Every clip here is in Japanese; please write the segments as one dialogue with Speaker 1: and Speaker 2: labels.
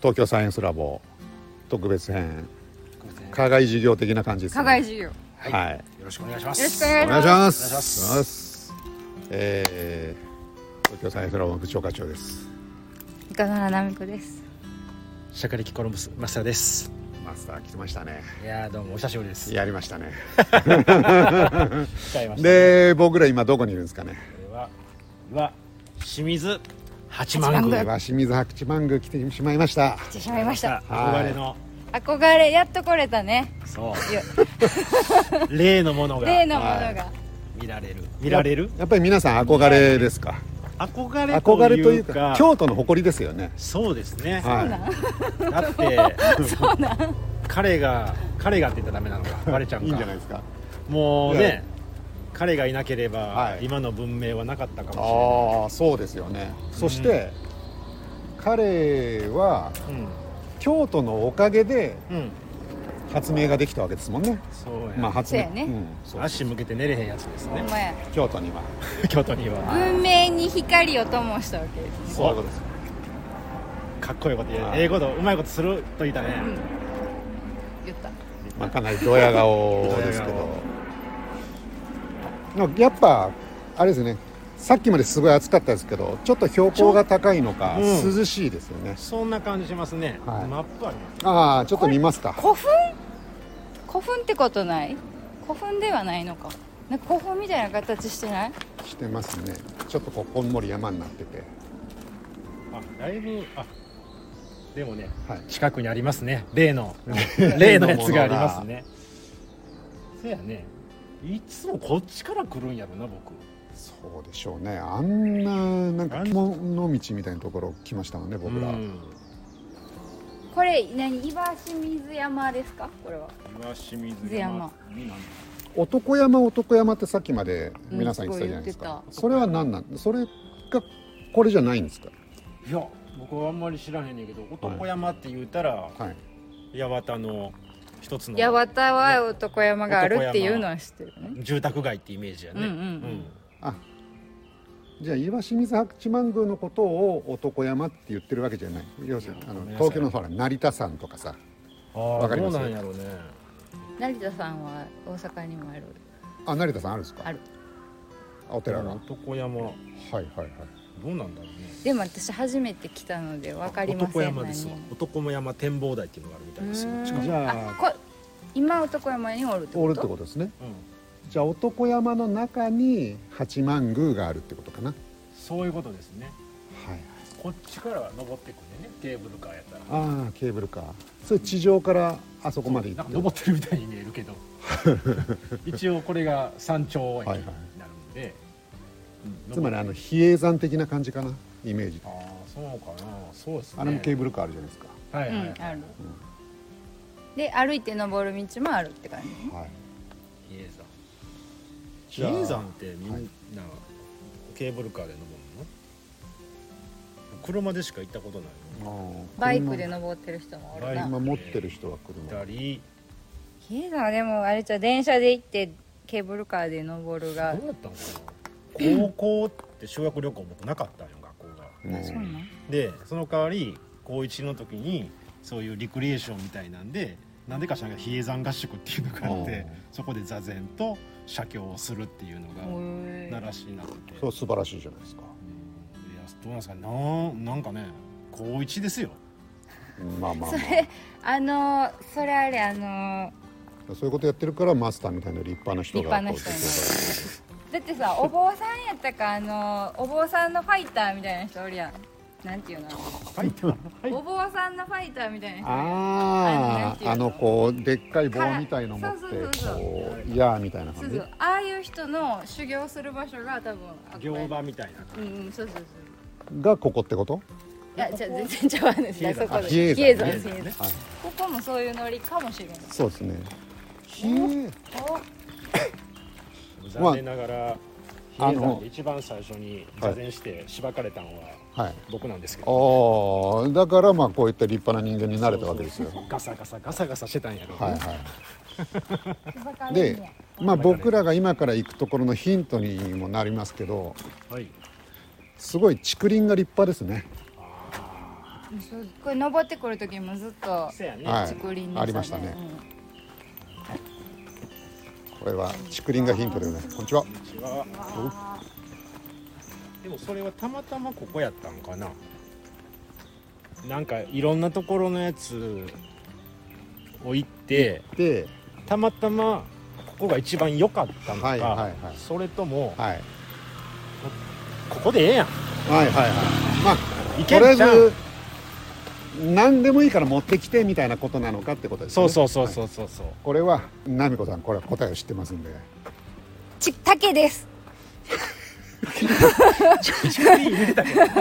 Speaker 1: 東京サイエンスラボ特別編
Speaker 2: ごめんなさい
Speaker 1: 課外授業的な感じですね
Speaker 3: 課外授業。よ
Speaker 1: はい、
Speaker 2: はいよろしくお願いします
Speaker 3: ろしくお願い
Speaker 1: お
Speaker 3: し
Speaker 1: 願いし
Speaker 3: ま
Speaker 1: ます
Speaker 2: お願いします
Speaker 1: えー東京サイエンスラボの部長課長です
Speaker 3: す。いかがななみこです。
Speaker 2: シャカリキコロンブスマスターです
Speaker 1: マスター来てましたね
Speaker 2: いやーどうもお久しぶりです
Speaker 1: やりましたね
Speaker 2: 来ちゃいましたね
Speaker 1: で僕ら今どこにいるんですかね
Speaker 2: これはは清水八幡宮
Speaker 3: 八幡
Speaker 1: 和清水八幡宮来てしまいました
Speaker 3: 来てしまいました。
Speaker 1: はい
Speaker 2: 憧れの
Speaker 3: 憧れ、やっと来れたね。
Speaker 2: そ
Speaker 3: いや
Speaker 2: う例のものが
Speaker 3: 例のもの
Speaker 1: はい
Speaker 3: が。
Speaker 2: 見られる見られる
Speaker 1: やっぱり皆さん憧れですか
Speaker 2: 憧れ
Speaker 1: 憧れと
Speaker 2: と
Speaker 1: い
Speaker 2: いうう
Speaker 1: か
Speaker 2: か
Speaker 1: 京都の誇りですよね
Speaker 2: そうですね
Speaker 1: は
Speaker 2: だって彼が彼がって言ったらダメなのかバレちゃう
Speaker 1: い
Speaker 2: か
Speaker 1: いいんじゃないですか
Speaker 2: もう
Speaker 1: い
Speaker 2: ね
Speaker 1: やいや
Speaker 2: 彼がいなければ、
Speaker 1: はい
Speaker 2: 今の文明はなかったかも
Speaker 1: ああそうですよねそして、彼は
Speaker 2: しれない
Speaker 1: 京都のおかげで
Speaker 2: うん、うん、
Speaker 1: 発明ができたわけですもんね
Speaker 2: そうや、
Speaker 1: まあ発明
Speaker 3: そうやね
Speaker 1: んそう
Speaker 2: 足向けて寝れへんやつです
Speaker 3: ほ
Speaker 2: ね
Speaker 3: んまや
Speaker 1: 京都には
Speaker 2: 京都には
Speaker 3: 文明に光を灯したわけですね。
Speaker 1: そういうことです
Speaker 2: かっこよいこと言
Speaker 1: は
Speaker 2: え
Speaker 1: い
Speaker 2: ええことうまいことすると言ったね、
Speaker 3: 言った。
Speaker 1: まあかなりドヤ顔ですけ
Speaker 2: ドヤ
Speaker 1: どでもやっぱあれですねさっきまですごい暑かったですけどちょっと標高が高いのか
Speaker 2: うん
Speaker 1: 涼しいですよね、
Speaker 2: そんな感じしますね、
Speaker 1: はい
Speaker 2: マップあります
Speaker 1: ああちょっと見ますか
Speaker 3: 古墳。古墳ってことない。古墳ではないのか。なんか古墳みたいな形してない。
Speaker 1: してますねちょっとこうこんもり山になってて
Speaker 2: あだいぶあでもね
Speaker 1: はい
Speaker 2: 近くにありますね例の例のやつがありますねそやねいつもこっちから来るんやろな僕
Speaker 1: そうでしょうねあんななんか獣道みたいなところ来ましたもんね僕ら、
Speaker 2: うん
Speaker 3: これ、何、岩清水山ですか。これは。
Speaker 2: 岩清水
Speaker 3: 水山
Speaker 2: になん
Speaker 1: 男山男山ってさっきまで
Speaker 3: うん
Speaker 1: 皆さん言ってたじゃないです
Speaker 3: 言っ
Speaker 1: か
Speaker 3: て、た
Speaker 1: それは何なんそれがこれじゃないんですか
Speaker 2: いや僕はあんまり知らへんねんけど男山って言うたら、
Speaker 1: はい
Speaker 2: 八幡の一つの
Speaker 3: 八幡は男山があるっていうのは知ってるね。
Speaker 2: 住宅街ってイメージやね、
Speaker 3: うんうんうん
Speaker 1: あじゃあ岩清水八幡宮のことを男山って言ってるわけじゃない要するにあの
Speaker 2: ごめんなさい
Speaker 1: 東京のほら成田山とかさ
Speaker 2: あ
Speaker 1: わ
Speaker 2: あ
Speaker 1: かり
Speaker 2: ど
Speaker 1: ます
Speaker 2: うなんやろうね
Speaker 3: 成田さんは大阪にもある。
Speaker 1: あ成田山あるんですか
Speaker 3: ある
Speaker 1: あお寺が、はい
Speaker 2: 男山ど
Speaker 1: はいはいう
Speaker 2: なんだろうね
Speaker 3: でも私初めて来たので分かりません
Speaker 2: 男山ですわ
Speaker 3: 何
Speaker 2: 男の山展望台っていうのがあるみたいですよ
Speaker 3: うーん
Speaker 2: 近く
Speaker 1: じゃあ
Speaker 3: こ今男山におるってこと
Speaker 1: おるってことですね
Speaker 2: うん
Speaker 1: じゃあ男山の中に八幡宮があるってことかな
Speaker 2: そういうことですね
Speaker 1: はい
Speaker 2: こっちから登ってくんでねケーブルカーやったら
Speaker 1: ああケーブルカーそれ地上からあそこまで行
Speaker 2: な
Speaker 1: っ
Speaker 2: ん
Speaker 1: て
Speaker 2: か登ってるみたいに見えるけ ど一応これが山頂駅になるんで、
Speaker 1: つまりあの
Speaker 2: あ
Speaker 1: 比叡山的な感じかなイメージ
Speaker 2: あーそうかなそうですね
Speaker 1: あれもケーブルカーあるじゃないですか、
Speaker 2: はいはい、
Speaker 3: うんあるで歩いて登る道もあるって感じ
Speaker 1: はい、
Speaker 2: 比叡山比
Speaker 1: じゃあ
Speaker 2: 叡山ってみんな、
Speaker 1: はい
Speaker 2: ケーブルカーで登るの車でしか行ったことない
Speaker 3: バイクで登ってる人もお
Speaker 2: バ
Speaker 3: る
Speaker 2: イク
Speaker 3: な
Speaker 1: 今持ってる人は
Speaker 2: の
Speaker 1: 車
Speaker 2: 行ったり
Speaker 3: 比叡山はでもあれじゃう電車で行ってケーブルカーで登るが
Speaker 2: どうだったのかな高校って修学旅行僕なかったんよ学校が
Speaker 1: もう
Speaker 3: そうなん
Speaker 2: でその代わり高1の時にそういうリクリエーションみたいなんでなんでか知らんけど比叡山合宿っていうのがあっ
Speaker 1: う
Speaker 2: て
Speaker 1: ん
Speaker 2: そこで座禅と写経をするっていうのが
Speaker 3: へー
Speaker 2: 奈良市になってて
Speaker 1: そう素晴らしいじゃないですか、
Speaker 2: うんいやどうなんですかなんなんかね高一ですよ
Speaker 1: まあまあ、ま
Speaker 3: それあのそれあれあの
Speaker 1: あ、そういうことやってるからマスターみたいな立派な人が
Speaker 3: 立派なだってさお坊さんやったかあのお坊さんのファイターみたいな人おるやんなんていうの
Speaker 2: はい
Speaker 3: お坊さんのファイターみたいな人
Speaker 1: あああ
Speaker 3: あの
Speaker 1: の
Speaker 3: なんていう
Speaker 1: こうでっかい棒みたいの持って
Speaker 3: そうそうそうそう
Speaker 1: こういやーみたいな
Speaker 3: そう
Speaker 1: 感
Speaker 3: そ
Speaker 1: じ
Speaker 3: うああいう人の修行する場所が多分あ
Speaker 2: 行場みたいな
Speaker 3: うんうんそうそうそう
Speaker 1: がここってこと、
Speaker 3: いやじゃあ全然ちゃわないです
Speaker 2: 比叡山
Speaker 3: そこで
Speaker 1: 比叡山
Speaker 3: 比叡山
Speaker 1: そうです
Speaker 2: 比叡
Speaker 3: で
Speaker 2: 山ね
Speaker 1: はい、
Speaker 3: ここもそういうノリかもしれない
Speaker 1: そうですねひー
Speaker 2: 残念ながら比
Speaker 1: まあ
Speaker 2: 叡山で一番最初に座禅してしばかれたのは
Speaker 1: はい
Speaker 2: 僕なんですけど
Speaker 1: ああだからまあこういった立派な人間になれたわけですよ
Speaker 2: ガサガサガサガサしてたんやろ
Speaker 1: はいは
Speaker 3: お
Speaker 1: いでまあ僕らが今から行くところのヒントにもなりますけど
Speaker 2: はい
Speaker 1: すごい竹林が立派ですね
Speaker 3: そうこれ登ってくる時もずっと
Speaker 2: せやね、
Speaker 1: はい
Speaker 3: 竹林で
Speaker 1: ありましたねこれは竹林がヒントでございますこんにちは
Speaker 2: こんにちはでもそれはたまたまここやったんかななんかいろんなところのやつを行って
Speaker 1: で
Speaker 2: たまたまここが一番良かったのか、
Speaker 1: はいはいはい
Speaker 2: それとも
Speaker 1: はい
Speaker 2: ここでええやん
Speaker 1: はいはいはいまあ
Speaker 2: 行
Speaker 1: と
Speaker 2: け
Speaker 1: りあ
Speaker 2: る
Speaker 1: え
Speaker 2: じゃん
Speaker 1: ず何でもいいから持ってきてみたいなことなのかってことです
Speaker 2: そ
Speaker 1: ね
Speaker 2: うそうそう
Speaker 1: う
Speaker 2: そうそうそう
Speaker 1: これは奈美子さんこれは答えを知ってますんで
Speaker 3: ち竹です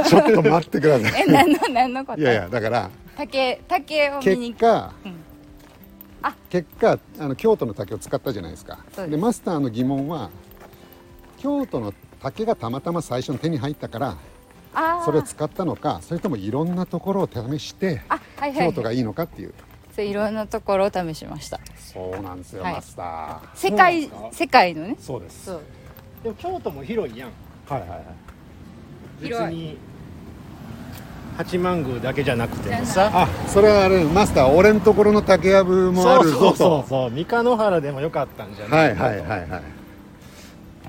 Speaker 1: ちょっと待ってくだ さい
Speaker 3: え 何の何のこと
Speaker 1: いやいやだから
Speaker 3: 竹竹を見
Speaker 1: 結
Speaker 3: に行く
Speaker 1: 果、
Speaker 3: うんあ
Speaker 1: 結果あの京都の竹を使ったじゃないですか
Speaker 3: そう
Speaker 1: で
Speaker 3: です
Speaker 1: マスターの疑問は京都の竹がたまたま最初に手に入ったから
Speaker 3: あー
Speaker 1: それを使ったのかそれともいろんなところを試して
Speaker 3: あはいはい、
Speaker 1: 京都
Speaker 3: は
Speaker 1: が
Speaker 3: い、
Speaker 1: いいのかっていう
Speaker 3: そういろんなところを試しました
Speaker 1: そうなんですよ、
Speaker 3: はい
Speaker 1: マスターは
Speaker 3: 世界
Speaker 2: そうなんです
Speaker 3: 世界のね
Speaker 2: そうです
Speaker 3: そう
Speaker 2: でも京都も広いやん
Speaker 1: いはいはい
Speaker 2: 別
Speaker 3: 広い
Speaker 2: に八幡宮だけじゃなくても
Speaker 3: じゃ
Speaker 2: さ
Speaker 1: あそれはあれマスター俺のところの竹やぶもあるぞと
Speaker 2: そうそうそう三河野原でもよかったんじゃな
Speaker 1: はいいはいはいは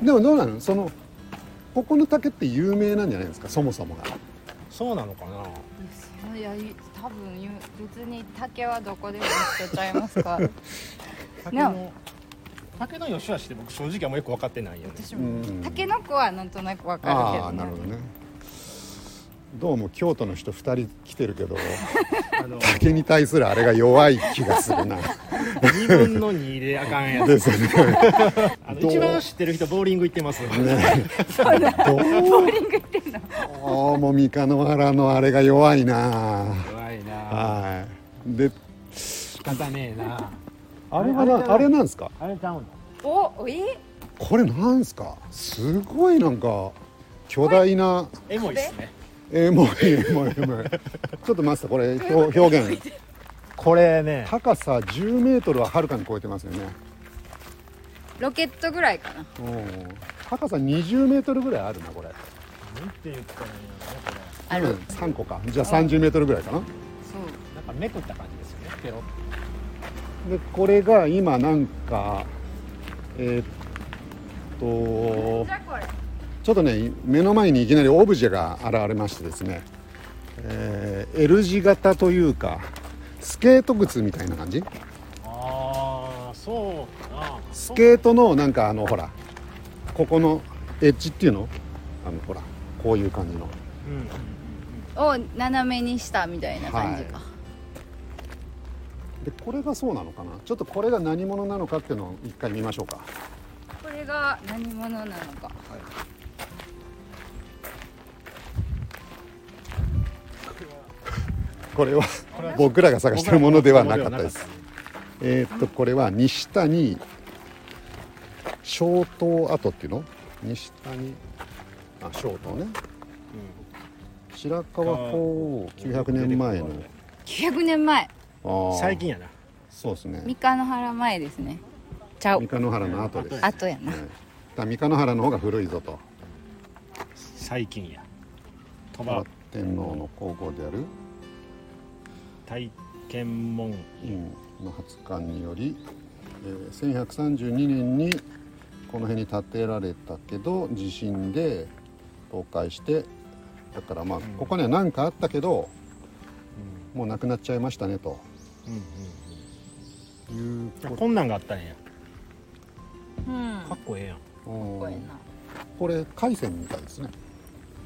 Speaker 1: いでもどうなのそのここの竹って有名なんじゃないですかそもそもが
Speaker 2: そうなのかない
Speaker 3: やいや多分言う別に竹はどこでも捨てちゃいま すから
Speaker 2: 竹の竹の良し悪しって僕正直あんまよく分かってない よね
Speaker 3: 私
Speaker 1: う
Speaker 3: も
Speaker 1: ん
Speaker 3: 竹の子はなんとなくわかるけ
Speaker 1: あ
Speaker 3: ど
Speaker 1: あ
Speaker 3: ね
Speaker 1: なるほどねどうも京都の人2人来てるけど
Speaker 2: あの
Speaker 1: 竹に対するあれが弱い気がするな
Speaker 2: 2分の2であかん やつ
Speaker 1: ですね
Speaker 2: あの
Speaker 1: どう
Speaker 2: 一番知ってる人ボーリング行って ます
Speaker 1: どうどうも三河野原のあれが弱いな
Speaker 2: 怖いな
Speaker 1: はいで
Speaker 2: 仕方ねえな
Speaker 1: あれはなあれなんですか
Speaker 2: あれちゃうの
Speaker 3: おえ
Speaker 1: これなんですかすごいなんか巨大な
Speaker 2: エモいっすね
Speaker 1: えー、もういいもういいもういいちょっとマスターこれ表表現
Speaker 2: これね
Speaker 1: 高さ10メートルははるかに超えてますよね
Speaker 3: ロケットぐらいかな
Speaker 1: うん高さ20メートルぐらいあるなこれ
Speaker 2: なんて言ったらいいのかなこれ
Speaker 3: ある、
Speaker 1: うん3個かじゃあ30メートルぐらいかな
Speaker 3: そう
Speaker 2: なんかめくった感じですよねペロッ
Speaker 1: でこれが今なんかえーっと
Speaker 3: じゃあこれ
Speaker 1: ちょっとね目の前にいきなりオブジェが現れましてですね、えー L 字型というかスケート靴みたいな感じ
Speaker 2: ああそうかな
Speaker 1: スケートのなんかあのほらここのエッジっていうのあのほらこういう感じの
Speaker 2: うん
Speaker 3: を斜めにしたみたいな感じか、
Speaker 1: でこれがそうなのかなちょっとこれが何者なのかっていうのを一回見ましょうか
Speaker 3: これが何者なのか
Speaker 1: これは僕らが探してるものではなかったで
Speaker 2: 僕
Speaker 1: す
Speaker 2: らのものではなかっ
Speaker 1: えーっとこれは西谷小島跡っていうの西谷あ小島ね
Speaker 2: たうん
Speaker 1: 白川法皇900年前の
Speaker 3: 900年前
Speaker 1: あー
Speaker 2: 最近やな
Speaker 1: そうですね
Speaker 3: 三河原前ですねちゃう
Speaker 1: 三河原の後です、
Speaker 2: 後
Speaker 1: はい、だか
Speaker 3: あとやな
Speaker 1: ら三河原の方が古いぞと
Speaker 2: 最近や鳥
Speaker 1: ま
Speaker 2: 羽
Speaker 1: あ天皇の皇后である
Speaker 2: 体験門
Speaker 1: 院の発刊により、えー1132年にこの辺に建てられたけど地震で倒壊してだからまあここには何かあったけどもうなくなっちゃいましたねと
Speaker 2: うん
Speaker 1: いう
Speaker 2: うん
Speaker 1: こ
Speaker 2: こんなんがあったんや
Speaker 3: うん
Speaker 2: かっこええやん
Speaker 1: と
Speaker 3: これ
Speaker 1: うん
Speaker 3: な
Speaker 1: これ海鮮みたいですね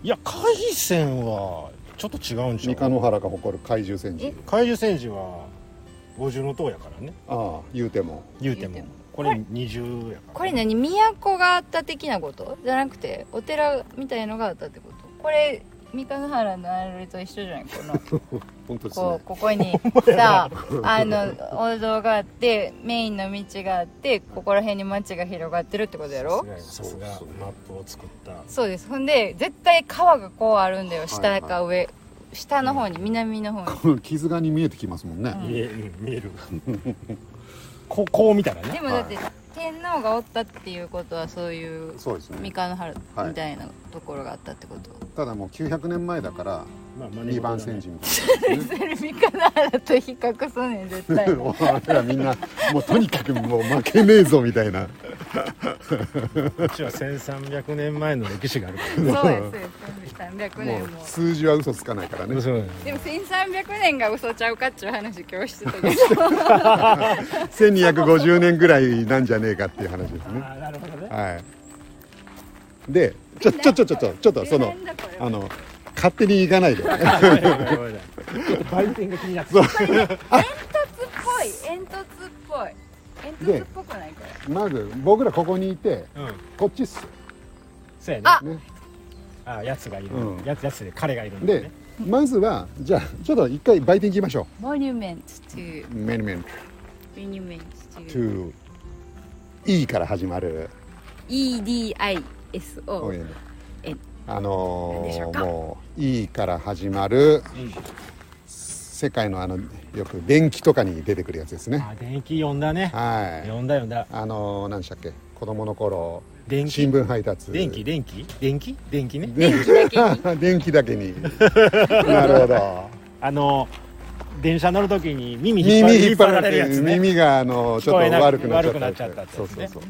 Speaker 2: いや海鮮はちょっと違うんじ
Speaker 1: 三
Speaker 2: ゃん
Speaker 1: 河原が誇る怪獣戦
Speaker 3: え
Speaker 1: 時
Speaker 2: 怪獣戦時は五重の塔やからね
Speaker 1: ああ言うても
Speaker 2: 言うても
Speaker 3: 言うても
Speaker 2: これ二重やから、
Speaker 3: これ何都があった的なことじゃなくてお寺みたいのがあったってことこれ三河原のあれと一緒じゃないこの
Speaker 1: 本当です
Speaker 3: こ
Speaker 1: ね
Speaker 3: うここに さあの王道があってメインの道があってここら辺に町が広がってるってことやろ
Speaker 2: さすがやさす
Speaker 1: そう
Speaker 2: がマップを作った
Speaker 3: そうですほんで絶対川がこうあるんだよ
Speaker 1: は
Speaker 3: 下
Speaker 1: い
Speaker 3: か上、下の方に南 の方に
Speaker 1: この傷 がに見えてきますもんね、
Speaker 3: うん
Speaker 2: 見え見えるここう見たら
Speaker 3: で
Speaker 2: ね
Speaker 3: もだって、天皇がおったっていうことはそういう
Speaker 1: そうです
Speaker 3: 三
Speaker 1: ね
Speaker 3: 河の原
Speaker 1: はい
Speaker 3: みたいなところがあったってこと、
Speaker 1: ただもう900年前だから
Speaker 2: まあ、真似事だね
Speaker 1: 二番煎じみたいな、ね
Speaker 3: それ三河の原と比較すんねん 絶対
Speaker 1: もうあれはみんなもうとにかくもう負けねえぞみたいな
Speaker 2: こっちは1300年前の歴史があるか
Speaker 3: そうやそうや1300
Speaker 1: も
Speaker 3: 年
Speaker 1: う
Speaker 3: も
Speaker 1: 数字は嘘つかないからね
Speaker 2: らそうだね
Speaker 3: でも1300年が嘘ちゃうかっちゅう話今日してたけど
Speaker 1: 1250年ぐらいなんじゃねえかっていう話ですね
Speaker 2: ああなるほどね
Speaker 1: はいでちょちょちょちょちょちょっとその
Speaker 3: なんだこれは
Speaker 1: あの勝手に行かないで
Speaker 2: あごめんごめんごめんちょっと売店が気になってた
Speaker 3: 煙突っぽい煙突っぽい煙突っぽくないこれ
Speaker 1: まず僕らここにいて
Speaker 2: うん
Speaker 1: こっちっす
Speaker 2: そうやね
Speaker 3: あ
Speaker 1: ね
Speaker 2: あやつがいる、
Speaker 1: うん
Speaker 2: やつやつで彼がいるんだよ
Speaker 1: で
Speaker 2: ね
Speaker 1: まずはじゃあちょっと一回売店行きましょ
Speaker 3: モニュメントという
Speaker 1: うメニューメン
Speaker 3: モニュメント
Speaker 1: ト
Speaker 3: という
Speaker 1: ゥー E から始まる
Speaker 3: EDISO
Speaker 1: 応援
Speaker 3: え
Speaker 1: あ
Speaker 3: 何でしょ
Speaker 1: のー
Speaker 3: うか
Speaker 1: もう E から始まる
Speaker 2: うん
Speaker 1: 世界のあのよく電気とかに出てくるやつですね
Speaker 2: あ電気読んだね
Speaker 1: はい
Speaker 2: 読んだ読んだ
Speaker 1: あのー何でしたっけ子供の頃
Speaker 2: 電気
Speaker 1: 新聞配達
Speaker 2: 電気電気電気電気ね
Speaker 3: 電気 だけに
Speaker 1: 電気だけになるほ ど
Speaker 2: あの電車乗るときに耳引っ張
Speaker 1: 耳引っ張ら
Speaker 2: ら
Speaker 1: れ
Speaker 2: れ
Speaker 1: て
Speaker 2: るやつね
Speaker 1: 耳があのちょ
Speaker 2: 聞こ
Speaker 1: っ
Speaker 2: え
Speaker 1: と
Speaker 2: なく
Speaker 1: 悪くなっちゃったやつ
Speaker 2: 悪くなっちゃったやつね
Speaker 1: そうそうそう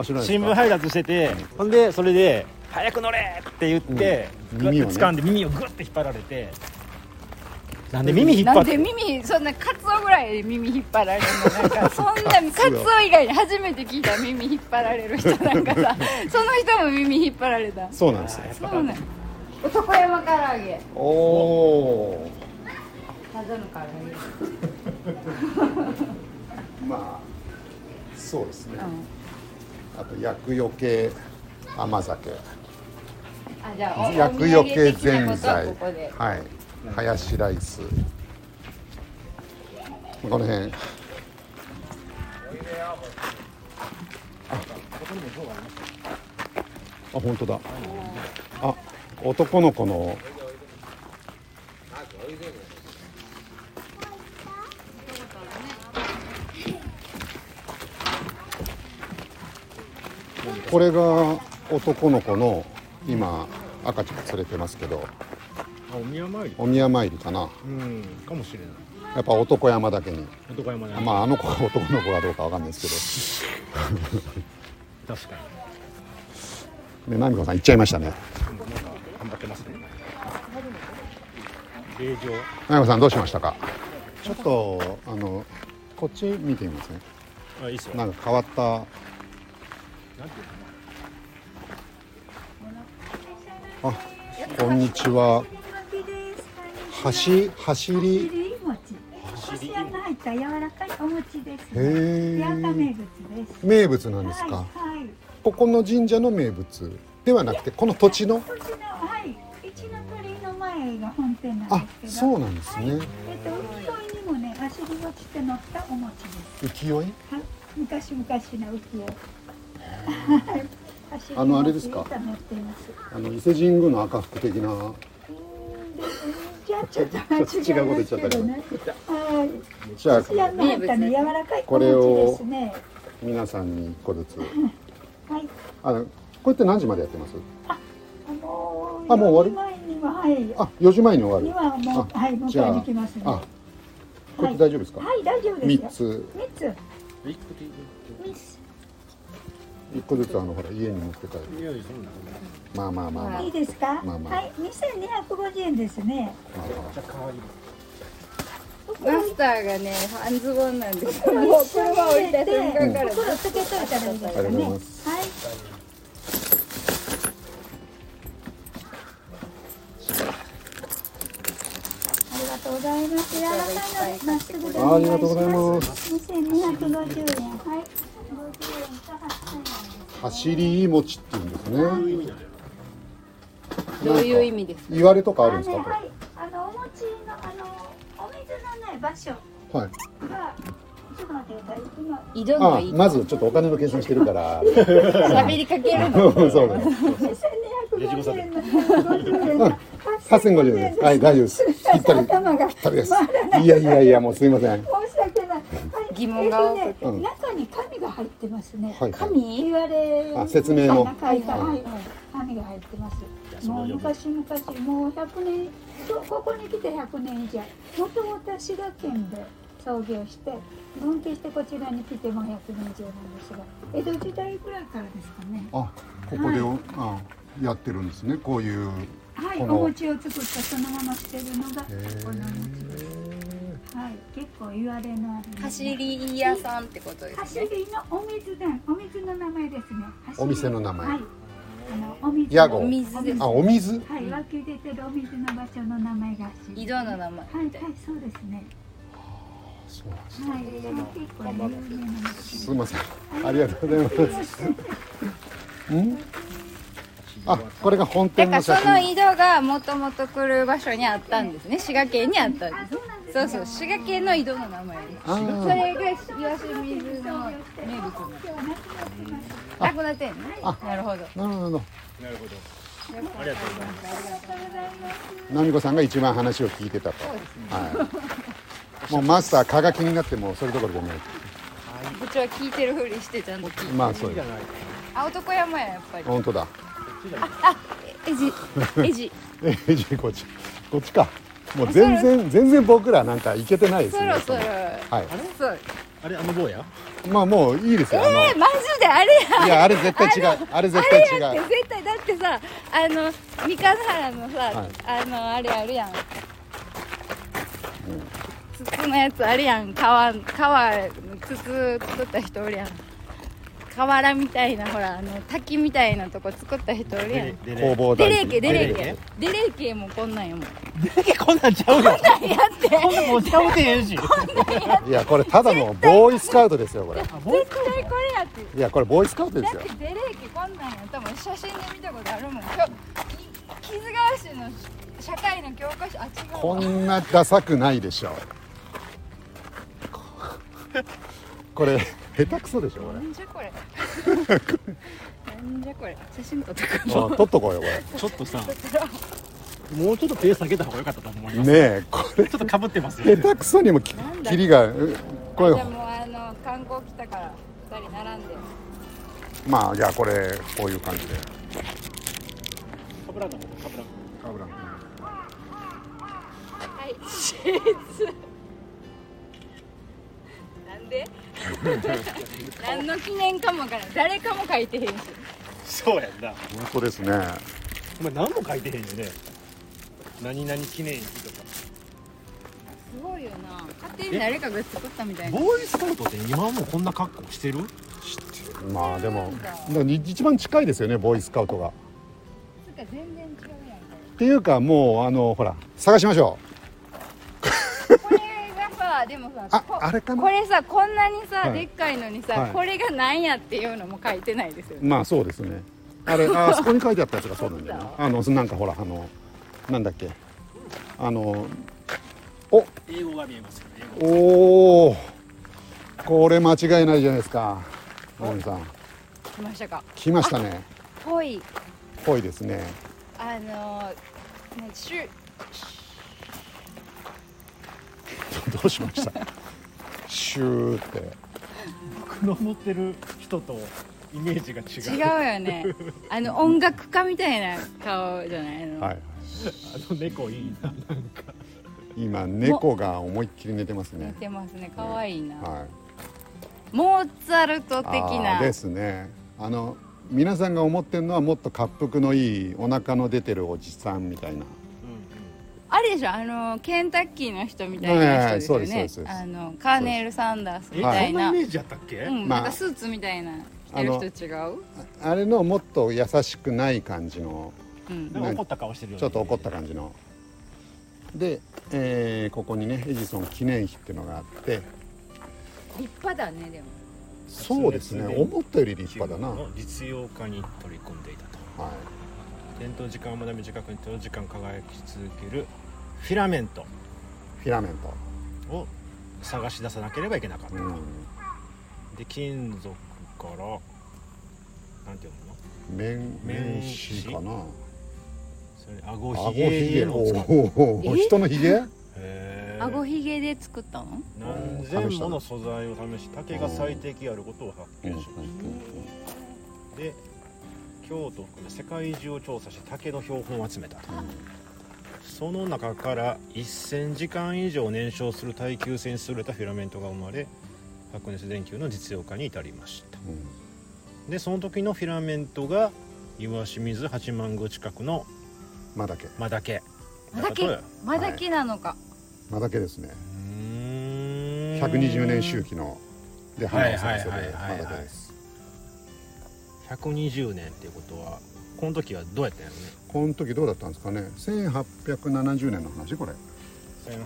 Speaker 1: あ知らないです
Speaker 2: 新
Speaker 1: か
Speaker 2: 聞配達しててほんでそれで「早く乗れ!」って言って、
Speaker 1: うん
Speaker 2: グッ
Speaker 1: 耳を
Speaker 2: て
Speaker 1: ね
Speaker 2: 掴んで耳をグッて引っ張られてなんで耳引っ張
Speaker 3: な
Speaker 2: っ
Speaker 3: ん
Speaker 2: て
Speaker 3: で耳そんなカツオぐらい耳引っ張られるのなん かそんなカツオ以外に初めて聞いた耳引っ張られる人なん かさその人も耳引っ張られた
Speaker 1: そうなんですよ
Speaker 3: そうなん男山唐揚げ
Speaker 1: おお
Speaker 3: ただの唐揚げ
Speaker 1: ーまあそうですね
Speaker 3: うん
Speaker 1: あと薬よけ甘酒
Speaker 3: あじゃあお
Speaker 1: 薬よけ
Speaker 3: お土産的
Speaker 1: ぜ
Speaker 3: なんことは
Speaker 1: ざい
Speaker 3: ここで
Speaker 1: はいハヤシライスこの辺あ本当だあ男の子のこれが男の子の今赤ちゃん連れてますけど
Speaker 2: あお宮参り
Speaker 1: お宮参りかな
Speaker 2: うんかもしれない
Speaker 1: やっぱ男山だけに
Speaker 2: 男山だね、
Speaker 1: まああの子が 男の子かどうかわかんないです
Speaker 2: 確かに
Speaker 1: けどで奈美子さん行っちゃいましたね
Speaker 2: 頑張ってますね令状
Speaker 1: 奈美子さんどうしましたかちょっとあのこっち見てみますね
Speaker 2: あいいっすよ
Speaker 1: なんか変わった
Speaker 2: なんていうの
Speaker 1: あこんにちは走走り
Speaker 4: 切り餅。こしあんが入った柔らかいお餅です、
Speaker 1: へ
Speaker 4: ね。
Speaker 1: え
Speaker 4: 八幡名物です。
Speaker 1: 名物なんですか
Speaker 4: はい、はい。
Speaker 1: ここの神社の名物ではなくてこの土地の
Speaker 4: こちらはい。一の鳥居の前が本店な
Speaker 1: あ
Speaker 4: んですけど。
Speaker 1: そうなんですね
Speaker 4: えっと浮世絵にもね、走り餅って乗ったお餅です。
Speaker 1: 浮世絵
Speaker 4: はい。昔々の浮世絵。走り餅
Speaker 1: あのあれですか
Speaker 4: が乗っています。
Speaker 1: あの伊勢神宮の赤福的な
Speaker 4: じゃあちょっと間違いますけ
Speaker 1: 違
Speaker 4: ど
Speaker 1: うこと言っちゃった
Speaker 4: ね。はい。
Speaker 1: じゃあ
Speaker 4: こしあんが入ったね、柔らかい
Speaker 1: こ
Speaker 4: お
Speaker 1: れ
Speaker 4: 餅
Speaker 1: を
Speaker 4: ですね。
Speaker 1: 皆さんに1個ずつ
Speaker 4: はい。
Speaker 1: あのこれって何時までやってます
Speaker 4: あもう
Speaker 1: あもう終
Speaker 4: わり前にははい
Speaker 1: あ4時前に終
Speaker 4: に
Speaker 1: わる
Speaker 4: はもう
Speaker 1: あ
Speaker 4: はい迎
Speaker 1: じゃあ
Speaker 4: えに来ますね
Speaker 1: あ
Speaker 4: は
Speaker 1: これって大丈夫ですか、
Speaker 4: い大丈夫です
Speaker 1: 3
Speaker 4: よ
Speaker 1: つ
Speaker 4: 三つ三
Speaker 1: 1個ずつあのほら家に持って帰る
Speaker 2: いやいやそんな
Speaker 1: まあまあまあまあ
Speaker 4: ついいですか
Speaker 1: まあまあ
Speaker 4: はい二千二百五十円ですね
Speaker 1: まあま
Speaker 2: じゃあ変わり
Speaker 3: マスターがね半ズボンなんです
Speaker 4: もう
Speaker 3: もう車を置いた瞬間からずっと
Speaker 4: 袋つけといたらいいです
Speaker 1: ありが
Speaker 4: か
Speaker 1: とうございま
Speaker 4: ね
Speaker 1: す
Speaker 4: はいありがとうございます柔らかいのでまっすぐでお
Speaker 1: ああ
Speaker 4: 願い
Speaker 1: り
Speaker 4: し
Speaker 1: がとうございま
Speaker 4: ます
Speaker 1: す
Speaker 4: 二千二百五十円はい五十円と八千円です
Speaker 1: 走り餅っていうんですね
Speaker 3: どういう意味ですか
Speaker 1: 言われとかあるんですか
Speaker 4: あね
Speaker 1: これ
Speaker 4: はい、あのお餅のあのお水のね場所
Speaker 1: はい
Speaker 4: がちょっと待ってください。今
Speaker 3: 井戸の
Speaker 1: あ
Speaker 3: 井
Speaker 1: まずちょっとお金の計算してるから
Speaker 3: 喋りかけるの
Speaker 1: そうだね
Speaker 4: 1250円の50円の
Speaker 1: 8050円ですはい大丈夫ですぴったりぴっ
Speaker 4: 頭が
Speaker 1: たりですいやいやいやもうすいません
Speaker 4: 申し訳ない。はい
Speaker 3: 疑問が多くて
Speaker 4: えっとね中に紙がが入ってますね。
Speaker 1: はい
Speaker 4: 紙言われ
Speaker 1: あ説明の
Speaker 4: 書いた、
Speaker 1: は
Speaker 4: はいい、紙が入ってます。
Speaker 2: その
Speaker 4: もう昔昔もう100年そうここに来て100年以上。もともと滋賀県で創業して分岐してこちらに来てもう100年以上なんですが、江戸時代ぐらいからですかね。
Speaker 1: あここでお、あやってるんですねこういう
Speaker 4: はい、
Speaker 1: こ
Speaker 4: お
Speaker 1: の
Speaker 4: 餅を作ったそのまま捨てるのがこ
Speaker 1: へ
Speaker 4: このお餅です。はい、結構言われのある。
Speaker 3: 走り屋さんってことで
Speaker 4: は
Speaker 3: す
Speaker 4: し
Speaker 3: ね
Speaker 4: りのお水だ。お水の名前ですね。はしり
Speaker 1: お店の名前
Speaker 4: はい。あのお水。
Speaker 1: 屋号
Speaker 3: お水です
Speaker 1: あお水
Speaker 4: はい、湧き出てるお水の場所の名前がはしり。
Speaker 3: 井戸の
Speaker 4: は
Speaker 3: 名
Speaker 4: い、
Speaker 3: 前
Speaker 4: はい
Speaker 3: みたいな、、
Speaker 4: そうですね。
Speaker 1: そうなんです
Speaker 4: はい、結構有名な
Speaker 1: すみませんありがとうございますんあこれが本
Speaker 3: だ
Speaker 1: 店
Speaker 3: か
Speaker 1: の
Speaker 3: らそ
Speaker 1: 写
Speaker 3: の
Speaker 1: 真
Speaker 3: 井戸がもともと来る場所にあったんですね滋賀県にあったんですね
Speaker 4: そ
Speaker 3: そうう
Speaker 4: そ
Speaker 3: そうう滋賀県の井戸の名前です
Speaker 1: あー
Speaker 3: それが岩清水の名物なくなってんのねなる
Speaker 1: なるほ
Speaker 3: ほど
Speaker 1: ど
Speaker 2: なるほどありがとうございます
Speaker 1: 奈美子さんが一番話を聞いてたと、はい、もうマスター蚊が気になってもうそれどころじゃない
Speaker 3: 部長は聞いてるふりしてちゃんと聞いて
Speaker 1: まあそう
Speaker 2: じ
Speaker 1: で
Speaker 2: ゃ
Speaker 1: す
Speaker 2: ない
Speaker 3: あ男山ややっぱり
Speaker 1: 本当だ
Speaker 3: エジエジ
Speaker 1: ええじこっちこっちかもう全然全然僕らなんかいけてないです
Speaker 3: そ
Speaker 1: ね
Speaker 3: ろそろ
Speaker 1: はい
Speaker 3: そう
Speaker 2: あれあの坊や
Speaker 1: まあもういいですよ、あの
Speaker 3: えマジであれ
Speaker 1: いやあれ絶対違うあれ絶対違
Speaker 3: やって
Speaker 1: う
Speaker 3: 絶対だってさあの三笠原のさ、
Speaker 1: はい
Speaker 3: あのあれあるやん、筒のやつあるやん川川筒作った人おるやん河原みたいなほらあの滝みたいなとこ作った人おるやん
Speaker 2: で
Speaker 1: 工房
Speaker 3: デ
Speaker 1: 大
Speaker 3: レ
Speaker 1: 臣
Speaker 3: ーケデレー
Speaker 2: デレ
Speaker 3: ケデレーケもこんなんやもん
Speaker 2: こんなんちゃうよ
Speaker 3: やって
Speaker 2: こんなんもうちゃうてへんし
Speaker 1: いやこれただのボーイスカウトですよこれ
Speaker 3: 絶対これやって
Speaker 1: いやこれボーイスカウトで
Speaker 3: だっ
Speaker 1: すよ
Speaker 3: てデレーケこんなんや多分写真で見たことあるもん今日き木津川市の社会の教科書あ違うわ
Speaker 1: こんなダサくないでしょここれ下手くそでしょこ
Speaker 3: なんじゃ これ。なんじゃこれ。写真撮ってく
Speaker 1: れもう取っとこうよこ
Speaker 2: ちょっとさ
Speaker 3: る。
Speaker 2: もうちょっと手下げた方が良かったと思い
Speaker 1: れ
Speaker 2: ます
Speaker 1: ねえこれ
Speaker 2: ちょっとかぶってますよ
Speaker 1: 下手くそにもきキリがうこ
Speaker 3: じ
Speaker 1: れ
Speaker 3: ゃあもうあの観光来たから二人並んで。
Speaker 1: まあじゃあこれこういう感じで
Speaker 2: かぶらんのかぶらん
Speaker 1: カブラン
Speaker 3: はい。チーズ。なん で？何の記念かもわからん。誰かも書いてへんし。
Speaker 2: そうやんな
Speaker 1: 本当ですね
Speaker 2: お前何も書いてへんよね何々記念碑とか
Speaker 3: すごいよな。勝手に誰かが作ったみたいな。
Speaker 2: ボーイスカウトって今もうこんな格好してる
Speaker 1: まあでもだから一番近いですよねボーイスカウトが
Speaker 3: つうか全然違うやん。
Speaker 1: っていうかもうあのほら探しましょ
Speaker 3: これがさでもさ
Speaker 1: あ
Speaker 3: こ
Speaker 1: あれかな
Speaker 3: これさこんなにさ、
Speaker 1: はい
Speaker 3: でっかいのにさ、
Speaker 1: はい
Speaker 3: これがなんやっていうのも書いてないですよ
Speaker 1: う
Speaker 3: ね
Speaker 1: まあそうですねあれあそこに書いてあったやつがそうなんだよねあのなんかほらあのなんだっけあのお
Speaker 2: 英語が見えますよ英
Speaker 1: おーこれ間違いないじゃないですかナミさん
Speaker 3: 来ましたか
Speaker 1: 来ましたね
Speaker 3: ぽい
Speaker 1: ぽいですね
Speaker 3: あのーねしゅ
Speaker 1: どうしましたシューって
Speaker 2: 僕の乗ってる人とイメージが
Speaker 3: 違う
Speaker 2: 違う
Speaker 3: よね あの音楽家みたいな顔じゃないあの、
Speaker 1: はいはい
Speaker 2: あの猫いいな
Speaker 1: 今猫が思いっきり寝てます
Speaker 3: 似
Speaker 1: ね
Speaker 3: てますね可愛いな、
Speaker 1: はい
Speaker 3: モーツァルト的
Speaker 1: あ
Speaker 3: な
Speaker 1: ーですねあの皆さんが思ってるのはもっと滑腹のいいお腹の出てるおじさんみたいな
Speaker 3: あれでしょあのケンタッキーの人みたいな人ですよ
Speaker 1: はいはいはいそう
Speaker 3: ね
Speaker 1: ですそうです
Speaker 3: あのカーネル・サンダース
Speaker 2: え
Speaker 3: みた
Speaker 2: そ
Speaker 3: い
Speaker 2: んな
Speaker 3: な、
Speaker 2: イメージやったっけ
Speaker 3: うん、
Speaker 1: まあ
Speaker 3: なんかスーツみたいなしてる人違う
Speaker 1: あれのもっと優しくない感じの
Speaker 3: うん
Speaker 2: なんか怒った顔してるよね
Speaker 1: ちょっと怒った感じので、えーここにねエジソン記念碑っていうのがあって
Speaker 3: 立派だねでも
Speaker 1: そうですね思ったより立派だな、は
Speaker 2: の実用化に取り組んでいたと点灯時間はまだ短く点灯時間輝き続けるフィラメント
Speaker 1: い、フィラメント、
Speaker 2: を探し出さなければいけなかった、
Speaker 1: うん
Speaker 2: で金属からなんて読むの
Speaker 1: 面
Speaker 2: 面
Speaker 1: 面
Speaker 2: 紙
Speaker 1: 紙かな
Speaker 2: それ顎
Speaker 1: 顎
Speaker 2: ひげ
Speaker 1: ひげ
Speaker 2: の
Speaker 1: お
Speaker 2: 使い
Speaker 1: ー
Speaker 3: え
Speaker 1: 人のひげ
Speaker 2: へー
Speaker 3: あごひげで作ったの
Speaker 2: 何千もの素材を試し竹が最適あることを発見しましたで京都を含め世界中を調査して竹の標本を集めたとその中から1000時間以上燃焼する耐久性に優れたフィラメントが生まれ白熱電球の実用化に至りましたでその時のフィラメントが岩清水八幡宮近くの
Speaker 1: まだけ
Speaker 2: マダケ
Speaker 3: まだけまだけなのか、
Speaker 1: まだけですね120
Speaker 2: 120
Speaker 1: 年周期ので花を咲かせるまだけです
Speaker 2: 120年っていうことはこの時はどうやったんやろ
Speaker 1: この時どうだったんですかね1870年の話これ
Speaker 2: ね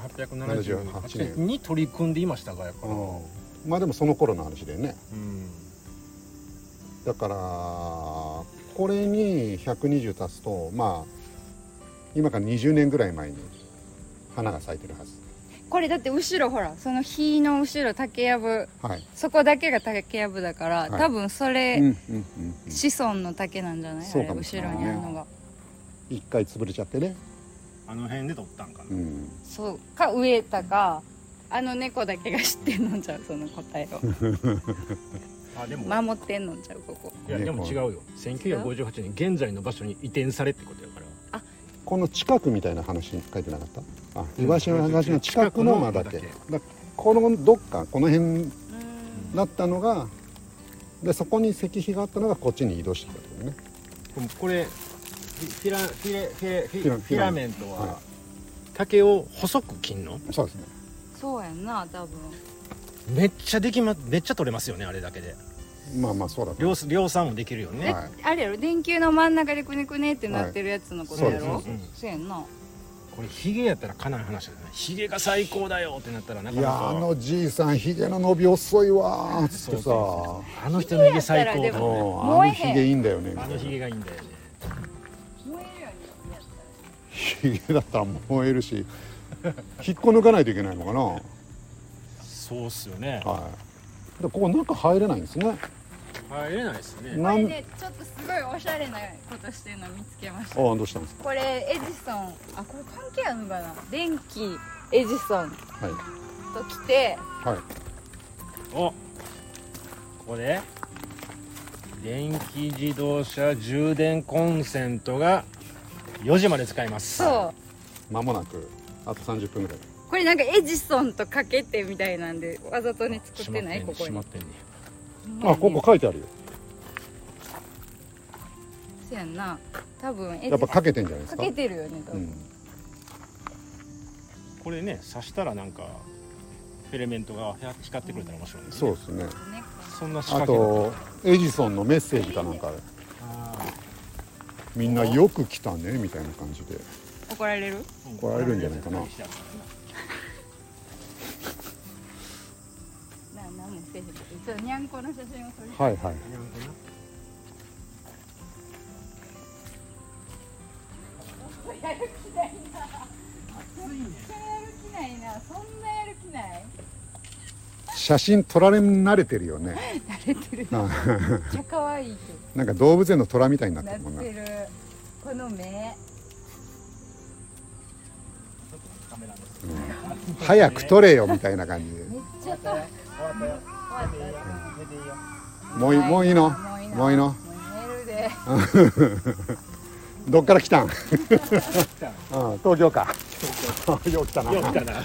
Speaker 2: 1878
Speaker 1: 78
Speaker 2: 年に取り組んでいましたがやっぱり
Speaker 1: まあでもその頃の話でね
Speaker 2: うん
Speaker 1: だからこれに120足すとまあ今から20年ぐらい前に花が咲いてるはず
Speaker 3: これだって後ろほらその火の後ろ竹やぶ
Speaker 1: はい、
Speaker 3: そこだけが竹やぶだから、
Speaker 1: い
Speaker 3: 多分それ、
Speaker 1: うんうんうんうん
Speaker 3: 子孫の竹なんじゃないあ
Speaker 1: そう
Speaker 3: れ
Speaker 1: かもし
Speaker 3: 後
Speaker 1: れ
Speaker 3: ろ
Speaker 1: ない
Speaker 3: にあるのが
Speaker 1: 一回潰れちゃってね、
Speaker 2: あの辺で取ったんかな、
Speaker 1: うん、
Speaker 3: そうか植えたかあの猫だけが知ってんのんちゃうその答え
Speaker 2: あでも、
Speaker 3: を守ってんのんちゃうここ
Speaker 2: いやでも違うよ1958年現在の場所に移転されってことやから
Speaker 1: この近くみたいな話書いてなかったあ岩島の話の近くの間だけ
Speaker 2: 近くの間
Speaker 1: だこのどっかこの辺
Speaker 3: うーん
Speaker 1: だったのがでそこに石碑があったのがこっちに移動してきたというね
Speaker 2: でもこれフィラフィレフィレフィ
Speaker 1: フィラ
Speaker 2: フィラメントは、
Speaker 1: はい
Speaker 2: 竹を細く切んの
Speaker 1: そうですね
Speaker 3: そうやんな多分
Speaker 2: めっちゃできまめっちゃ取れますよねあれだけで
Speaker 1: まあまあそうだと思
Speaker 2: 量量産もできるよね、
Speaker 1: はい
Speaker 3: えあれやろ電球の真ん中でくねくねってなってるやつのことやろ、
Speaker 1: はい
Speaker 2: そうですうん
Speaker 3: そうやんな
Speaker 2: これヒゲやったらかなり話だよねヒゲが最高だよってなったらな
Speaker 1: う
Speaker 2: か
Speaker 1: い
Speaker 2: な
Speaker 1: やあ
Speaker 2: か
Speaker 1: のじいさんひげの伸び遅いわーっつって
Speaker 2: そうそう
Speaker 1: さ
Speaker 2: そ
Speaker 1: も
Speaker 2: うあの人のヒゲ最
Speaker 3: ヒゲやったらで
Speaker 2: 高
Speaker 3: も
Speaker 1: うあ
Speaker 3: 燃
Speaker 1: の
Speaker 3: えへん
Speaker 1: ひげいいんだよねみ
Speaker 2: だ
Speaker 1: た
Speaker 2: あ
Speaker 1: い
Speaker 2: の
Speaker 1: な
Speaker 2: ヒゲがいいんだよね
Speaker 3: 燃えるようにやっ
Speaker 1: ひげだったら燃えるし 引っこ抜かないといけないのかな
Speaker 2: そうっすよね
Speaker 1: はいでここ中入れないんですね
Speaker 2: 入れないっすね
Speaker 3: た
Speaker 1: な
Speaker 3: らこれ
Speaker 1: ん
Speaker 3: ねちょっとすごいおしゃれなことしてるの見つけまし
Speaker 1: あ
Speaker 3: た
Speaker 1: どうしたんです
Speaker 3: これエジソンあこれ関係あるのかな電気エジソン
Speaker 1: かはい
Speaker 3: と来て
Speaker 1: はい
Speaker 2: おここで電気自動車充電コンセントが4時まで使えます
Speaker 3: そう
Speaker 1: 間もなくあと30分ぐらい
Speaker 3: これなんかエジソンとかけてみたいなんでわざとね作ってないここ
Speaker 2: 閉
Speaker 3: に
Speaker 2: まってんね
Speaker 1: あここ書いてあるよ
Speaker 3: そうやんな多分エジ
Speaker 1: や
Speaker 3: ソ
Speaker 1: っ
Speaker 3: ン
Speaker 1: ぱかけてんじゃないです
Speaker 3: か
Speaker 1: か
Speaker 3: けてるよね多
Speaker 1: う
Speaker 3: 分、
Speaker 1: ん
Speaker 2: これね刺したらなんかフェレメントが光ってくれたら面白いです、
Speaker 1: そうですね
Speaker 3: ね
Speaker 2: そんな仕
Speaker 1: あ
Speaker 2: 掛けだっ
Speaker 1: とエジソンのメッセージかなんか
Speaker 2: たあ
Speaker 1: みんなよく来たねみたいな感じで
Speaker 3: 怒られる
Speaker 2: ー
Speaker 1: これあるんじゃないかな
Speaker 3: な何もせえへんちょっとにゃんこの写真を撮り
Speaker 1: はいはい
Speaker 3: やる気ないなそれやる気ないなそんなやる気ない
Speaker 1: 写真撮られ慣れてるよね
Speaker 3: 慣れてるめっ
Speaker 1: あ
Speaker 3: ちゃ可愛いけ
Speaker 1: なんか動物園の虎みたいにな
Speaker 3: ど
Speaker 1: ってる
Speaker 3: な
Speaker 1: もん
Speaker 3: っ
Speaker 1: な
Speaker 3: てるこの目
Speaker 1: 早く撮れよみたいな感じで
Speaker 3: めっちゃ可愛い
Speaker 1: もういもういいの
Speaker 3: もういいの
Speaker 1: もういいの
Speaker 3: メールで
Speaker 1: どっから来たんうん 東 京かよう来たな
Speaker 2: よう来たな